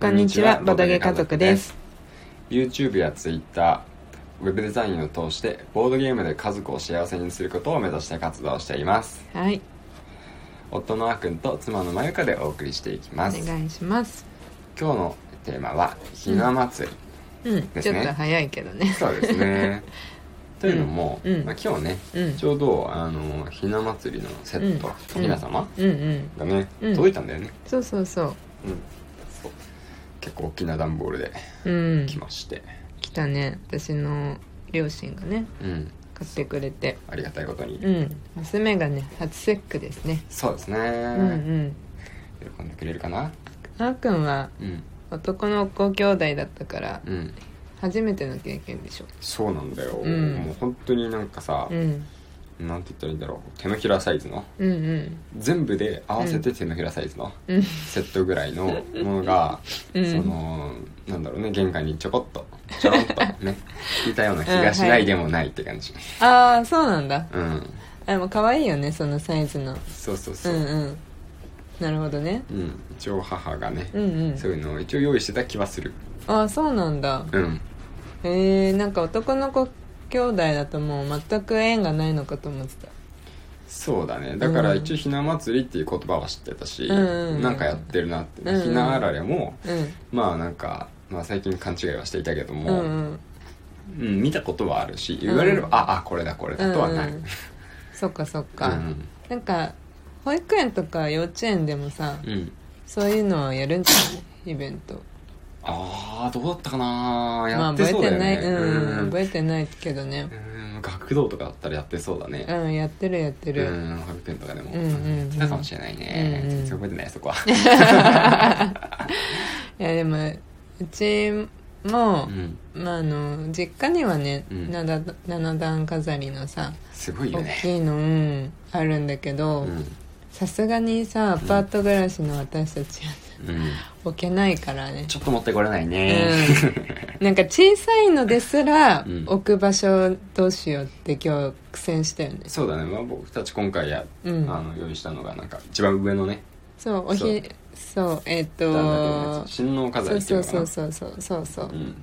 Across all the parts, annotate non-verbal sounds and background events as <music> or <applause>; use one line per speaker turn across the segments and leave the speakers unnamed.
こんにちは、ボドゲ家族です。
YouTube や Twitter ウェブデザインを通してボードゲームで家族を幸せにすることを目指して活動しています
はい、
夫のあくんと妻のまゆかでお送りしていき
お
ます今
願いします。
日のテーマはひな祭り、
うん、
です
ちょ
ね
っと早いけどね。
そうで
<laughs>
すねというのも、
うん
まあ、今日ね
うん、
ちょうどあのひな祭りのセット、
うん
ひな様
うんうん、
がね、
うん
届いたんだよね、
そうそうそ
うん、そう結構大きな段ボールで
う。うん、
来まして、
来たね、私の両親がね、
うん、
買ってくれて。
ありがたいことに、
うん、娘がね、初節句ですね。
そうですね、
うんうん、
喜んでくれるかな
あーくんは
うん
男の子兄弟だったから、
うん
初めての経験でしょ。
そうなんだよ、
ん
もう本当になんかさ
う、ん、
なんて言ったらいいんだろう手のひらサイズの
うんうん、
全部で合わせて手のひらサイズの
うん
セットぐらいのものが、
<laughs> うん
そのなんだろうね玄関にちょこっとちょろっと
<laughs>
ねいたような気がしないでもないって感じ、
ああ、そうなんだ。
うん
あ、でも可愛いよね、そのサイズの。
そうそうそうう、
んうん。なるほどね。
うん一応母がね、
うんうん。
そういうのを一応用意してた気はする
ああそうなんだ
うん
えー、なんか男の子兄弟だともう全く縁がないのかと思ってた
そうだねだから一応ひな祭りっていう言葉は知ってたし、
うんうんうん
なんかやってるなって、
うんうん
ひなあられも
うん
まあなんか、まあ、最近勘違いはしていたけど
う
も、
ん
う
うんん
見たことはあるし言われれば、
う
ああこれだこれだとはな
う
い、
んそっかそっか、
うん
なんか保育園とか幼稚園でもさ
うん、
そういうのはやるんじゃないイベント
ああどうだったかな
ま
や
あ
って
覚え
そうだ
て
よ
ない
ね、
うん、
うん
覚えてないけどね
うん学童とかだったらやってそうだね、
うんやってるやって
う
る、
ん、保育園とかでも、
うんうんうん
やってたかもしれないね、
うんうん
全然覚えてないそこ
<laughs>
は
いやでもうち
う
も、
ん
まあ、あの実家にはね、
うん
なだ七段飾りのさ
すごいよ
大
ね
きいの、うん、あるんだけど、
うん、
さすがにさアパート暮らしの私たちは
うん、
置けないからね
ちょっと持ってこれないね、
うん、なんか小さいのですら
うん
置く場所どうしようって今日苦戦したよね
<laughs> そうだね、まあ、僕たち今回や、
うん
あの用意したのがなんか一番上のね
そうおひそうえっ、
段だけのや
と
つ親王飾
そう
りってい
そうう
のか
そうそう
な
そうそうそう
うん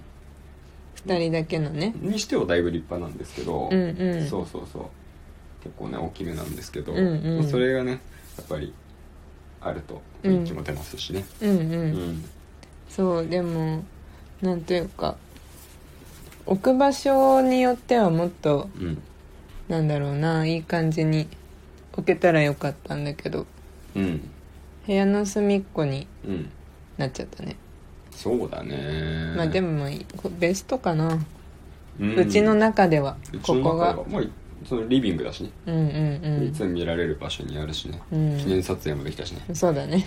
2人だけのね
にしてはだいぶ立派なんですけど、
うんうん
そうそうそう結構ね大きめなんですけど、
うんうん
まあそれがねやっぱりあると雰囲気も出ますしね
うんう、
うんん
そうでもなんというか置く場所によってはもっと
うん
なんだろうないい感じに置けたらよかったんだけど
うん、
部屋の隅っこに
うん、
なっちゃったね、
そうだね
まあで
も、
もこベストかな、
ん
うちの中では
うち
こ
の中
こ
は
が
まあそのリビングだしね、
うんうん
いつも見られる場所にあるしね、
うん
記念撮影もできた
<laughs>
しね
うんそうだね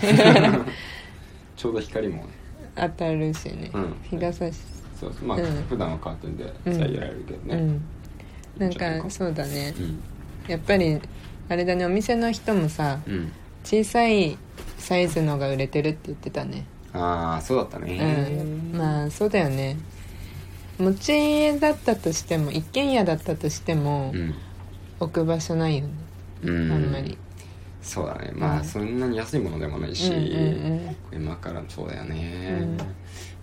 ちょうど光もね
当たるしね、
うん
日が差し
そうまあ、
うん
普段はカーテンで
うん
遮られるけど
う
ね
んなん
いいんじゃない
か
か
そうだね
うん
やっぱりあれだねお店の人もさ
うん、
小さいサイズのが売れてるって言ってたね
ああそうだったね
うんまあそうだよね持ち家だったとしても一軒家だったとしても、
うん、
置く場所ないよね
うん、
あんまり
そうだねまあ、
うん
そんなに安いものでもないし、
うんうん
今からそうだよね、
うん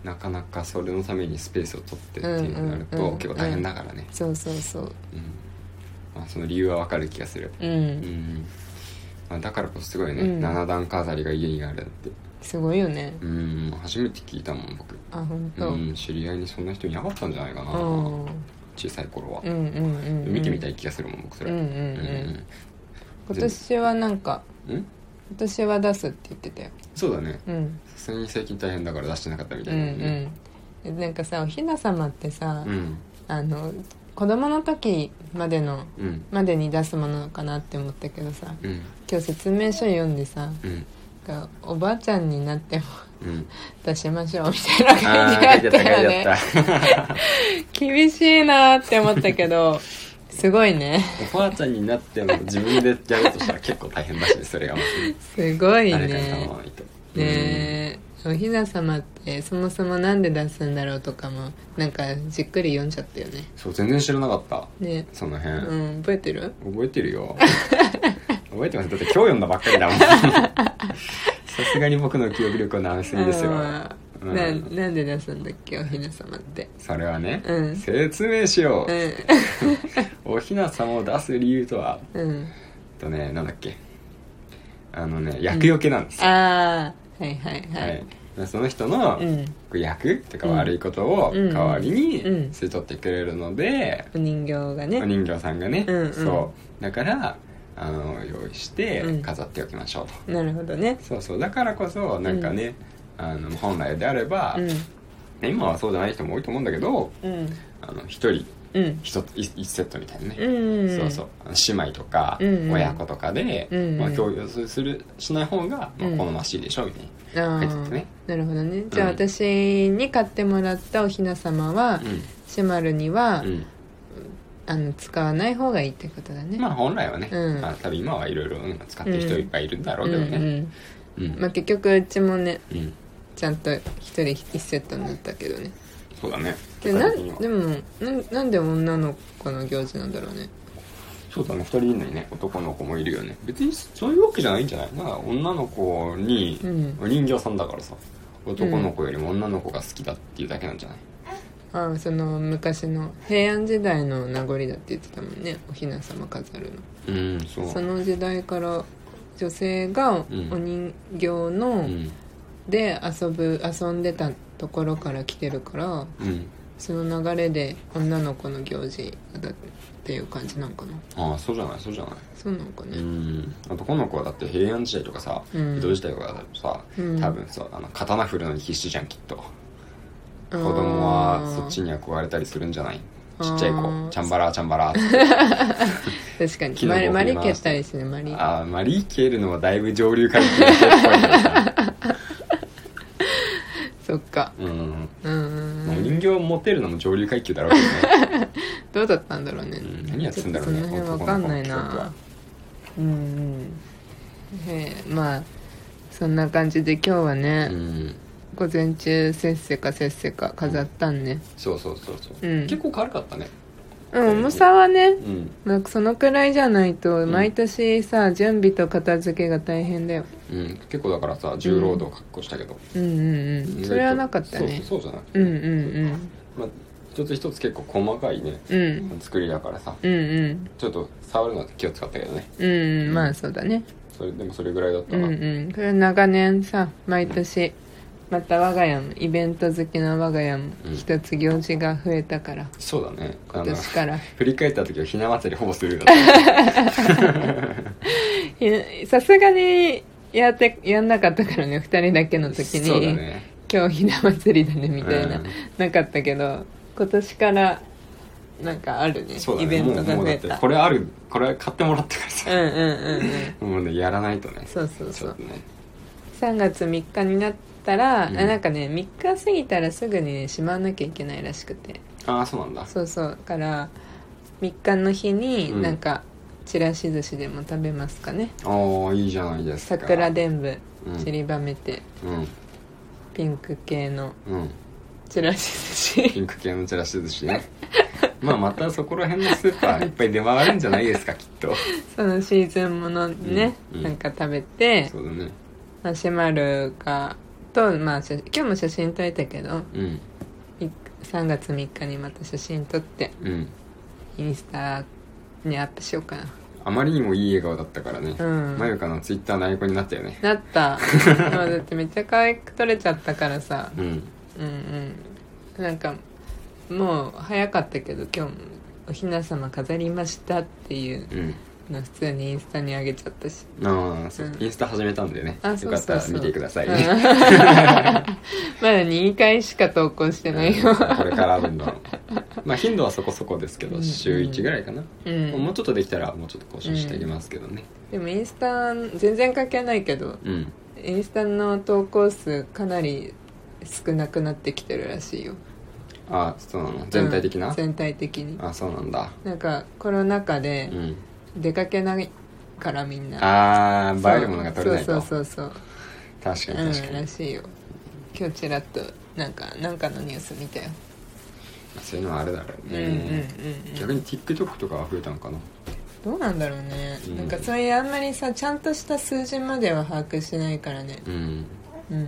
なかなかそれのためにスペースを取ってっていうのになると、
うんうんうん
結構大変だからね、
そうそうそう
うんまあ、その理由はわかる気がする、
う
うん
ん、
まあ、だからこそすごいね、
うん
七段飾りが家にあるって
すごいよね
うん初めて聞いたもん僕
あ本当、
うん、知り合いにそんな人いなかったんじゃないかな、
うん
小さい頃は
う、んうんうんうん
見てみたい気がするもん僕それ
うんうんうん今年はなんか
うんうん
今年は出すって言ってたよ
そうだね
うん
さすがに最近大変だから出してなかったみ
う
た
ん
いなのね
うんなんかさおひな様ってさ、
うん
あの子供の時までの
うん
までに出すものかなって思ったけどさ
うん
今日説明書読んでさ
うん
なんかおばあちゃんになっても <laughs>
うん
出しましょうみたいな感
あ
じ
あ
だっ
書いてあったた書
よ
い
ね
てあっ
<laughs>
<laughs>
厳しいなーって思ったけどすごいね
たおばあちゃんになっても自分でやろうとしたら結構大変だしねそれがもし
すごい
誰かに頼
ね
まないと
ねえおひな様ってそもそもなんで出すんだろうとかもなんかじっくり読んじゃったよね
うんそう全然知らなかった
ね
その辺
うん覚えてる
覚えてる <laughs> よ覚えてますだって <laughs> 今日読んだばっかりだもんさすがに僕の記憶力は軟水ですよ
あ
うん
ななんで出すんだっけおひな様って
それはね、
うん
説明しよう、
う
おひな様を出す理由とは
んうん
えっとねなんだっけあのね厄除けなんですよ、
ああはいはいは
はいい、でその人の
うん
役とか
うん
悪いことを
うん
代わりに
うん
吸い取ってくれるので、
お人形がね
お人形さんがね、
うんうん
そうだからあの用意して
うん
飾っておきましょうと、
なるほどね
そうそうだからこそなんかね、あの本来であれば、
うん
今はそうじゃない人も多いと思うんだけど
うん
あの一人
うん
一つ一一セットみたいなね、
うん
そうそう姉妹とか
うんうん
親子とかで、
うんうん
まあ、共有するしない方が、まあ、
うん
好ましいでしょみたいな、
あ
入って
あ、
てね
なるほどねじゃあ
うん
私に買ってもらったおひな様は、シェマルには、
うん
あの使わない方がいいってことだね、
まあ本来はね、
うん
まあ、多分今はいろいろ使ってる人いっぱいいるんだろう
うん
け
う
どね
ん
うん、うん
まあ、結局うちもねちゃんと一人一セットになったけどね
そうだね
でな
二人には
でもなんなんで女の子の行事なんだろうね
そうだね2人いるのにね男の子もいるよね別にそういうわけじゃないんじゃないなんか女の子に、
うん
お人形さんだからさ男の子よりも女の子が好きだっていうだけなんじゃない、
ああその昔の平安時代の名残だって言ってたもんねおひな様飾る
うんそう
のその時代から女性が
うん
お人形の、
うん
で遊ぶ遊んでたところから来てるから
うん
その流れで女の子の行事だっていう感じなんかな
ああそうじゃないそうじゃない
そうなんか
う
ね
ん男の子はだって平安時代とかさ、
うん
江戸時代とかだとさ、
うん
多分そうあの刀振るのに必死じゃんきっと
子
子供はそっちに憧れたりするんじゃない
あ
ち
ー
っちゃい子チャンバラーチャンバ
<laughs>
ラーって
確かに
木の棒
マリマ
振り
リ
回
蹴っ
し
てたりしてねマリ
ああまあリーケールのはだいぶ上流階級の人っぽいから
<laughs>
さ
そっか
うん、
うんうんう
まあお
ん
人形を持てるのも上流階級だろうけ
どうだったんだろうね、
どね、うん、何やってんだろうね
ちょっとその辺わかんないなうんうんへえまあそんな感じで今日はね
う、ん
午前中せっせかせっせか飾ったんね
そうそうそうそう、
うん
結構軽かったね
うん重さはね
うん
なんかそのくらいじゃないと
ん
毎年さ、準備と片付けが大変だよ
うん、結構だからさ重労働確保したけど、
うんうんうんそれはなかったね
そうそうそうじゃなくて
うんうん
まあ、一つ一つ結構細かいね
うんうん
作りだからさ
うんうん
ちょっと触るのは気を使ったけどね
うんうんまあそうだね
それでもそれぐらいだった
うん
な、
うんこれは長年さ毎年また我が家もイベント好きな我が家も
うん
一つ行事が増えたから
そうだねあ
今
の
年
<laughs>
から
振り返った時はひな祭りほぼするだった
いやさすがにやってやんなかったからね2人だけの時
そうだ
に、
ね
今日ひな祭りだねみたいな、
うん
なかったけど今年からなんかあるね
そうだね
イベントが
もうも
増
うだっ
え
て
た
これあるこれ買ってもらったから
うん
さ、
うんうんうん
もうねやらないとね
そうそう
ち
そ
ょっ
う
とね
3月3日になったら、
うん
あなんかね3日過ぎたらすぐにねしまわなきゃいけないらしくて
ああそうなんだ
そうそうだから3日の日に
うん
なんかちらし寿司でも食べますかね、
ああいいじゃないですか
桜伝舞
うん
散りばめて
うん
ピンク系の
うん
ちらし寿司
<laughs> ピンク系のちらし寿司ね <laughs> まあまたそこら辺のスーパーいっぱい出回るんじゃないですかきっと
そのシーズンものにね、
うんうん
なんか食べて
そうだね
マシュマロがと、まあ、写今日も写真撮れたけど
うん
い3月3日にまた写真撮って
うん
インスタにアップしようか
あまりにもいい笑顔だったからね、
なうん
まゆかのツイッターのアイコンになったよね
なったまあだってめっちゃ可愛く撮れちゃったからさ
うん
うんうんなんかもう早かったけど今日もおひな様飾りましたっていう
うん
の普通にインスタに上げちゃったし
ああ、そう
うん
インスタ始めたんでね
あ
よ
そう
かっ
そ
た
う
ら
そう
見てください
うん <laughs>
ね、
まだ2回しか投稿してないよ
これからどんどんまあ頻度はそこそこですけど、
うん
週1ぐらいかな、
うん
もうちょっとできたらもうちょっと更新していきますけどね
でもインスタ全然関係ないけど
うん、
インスタの投稿数かなり少なくなってきてるらしいよ
ああそうなの全体的な、
うん全体的に
あそうなんだ
なんかコロナ禍
う
で
ん
出かけないからみんな
あ
そう
あ映えるものが取れないと
そうそうそう
確か
そう、
に確か
う
に
ん、、
ま
らしいよ今日ちらっとなんかなんかのニュース見たよ、
あそういうのはあれだろう
う
ね、
んうんうんうん
逆に TikTok とかは増えたのかな
どうなんだろうね、
うん
なんかそういうあんまりさちゃんとした数字までは把握してないからね
うん
うんうん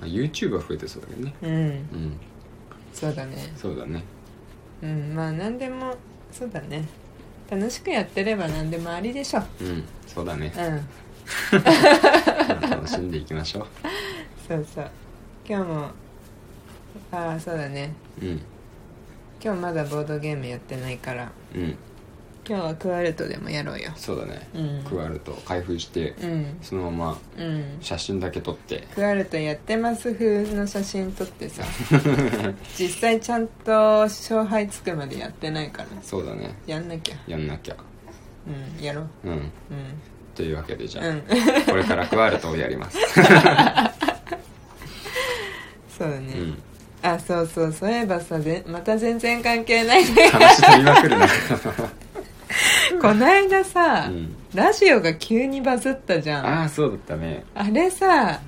まあ、YouTube は増えてそうだけどね
うん
うん
そうだね
そうだね
うんまあ何でもそうだね楽しくやってれば何でもありでしょ
うんそうだね
<laughs> うん
まあ楽しんでいきましょ
そうそう今日もああそうだね
ううん
今日まだボードゲームやってないから
うん
今日はクワルトでもやろうよ
そうだね
うん
加わると開封して
うん
そのまま
うん
写真だけ
<laughs>
撮って
クワルトやってます風の写真撮って
<laughs>
さ実際ちゃんと勝敗つくまでやってないから
そうだね
やんなきゃ
やんなきゃ
うんやろう
うん
うん
というわけでじゃあ、
うん
これからクワルトをや
<laughs>
ります、
そうだね、
うん、
あそうそうそういえばさぜまた全然関係
<laughs>
ないね
話飛びまくるな
こないださ、
うん
ラジオが急にバズったじゃん
あ
あ
あそうだったね
れさ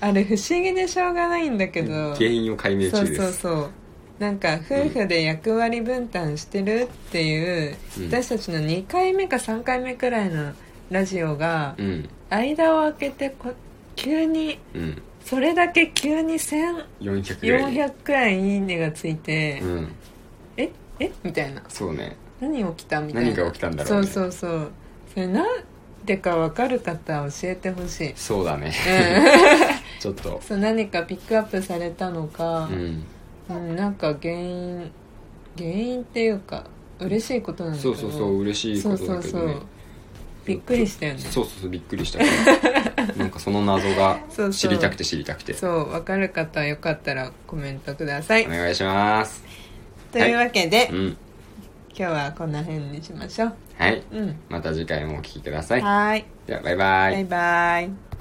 あれ不思議でしょうがないんだけど
原因を解明
そう
中です
そうそうなんか夫婦で役割分担してるっていう、
うん
私たちの2回目か3回目くらいのラジオが、
うん
間を空けてこ急に
うん
それだけ急に1400
400ぐらい
400くらいいいねがついて、
うん
ええみたいな
そうね
何起きたみたいな
何が起きたんだろうね
そうそうそうそれなんでか分かる方教えてほし
<laughs>
い、
そう
<laughs>
だね
うん、
ちょっと
そう何かピックアップされたのか
う、ん
うんなんか原因原因っていうか嬉しいことなんだけ
そ
ど
うそうそう嬉しいことだけどね
そうそうそうびっくりしたよね
そうそうそうびっくりした <laughs> からなんかその謎が
そうそう
知りたくて知りたくて
そう分かる方はよかったらコメントください
お願いします
というわけで、
う
今
ん
日はこの辺にしましょう
はい
うん
また次回もお聴きください
はーい
ではバイバイ
バイバイ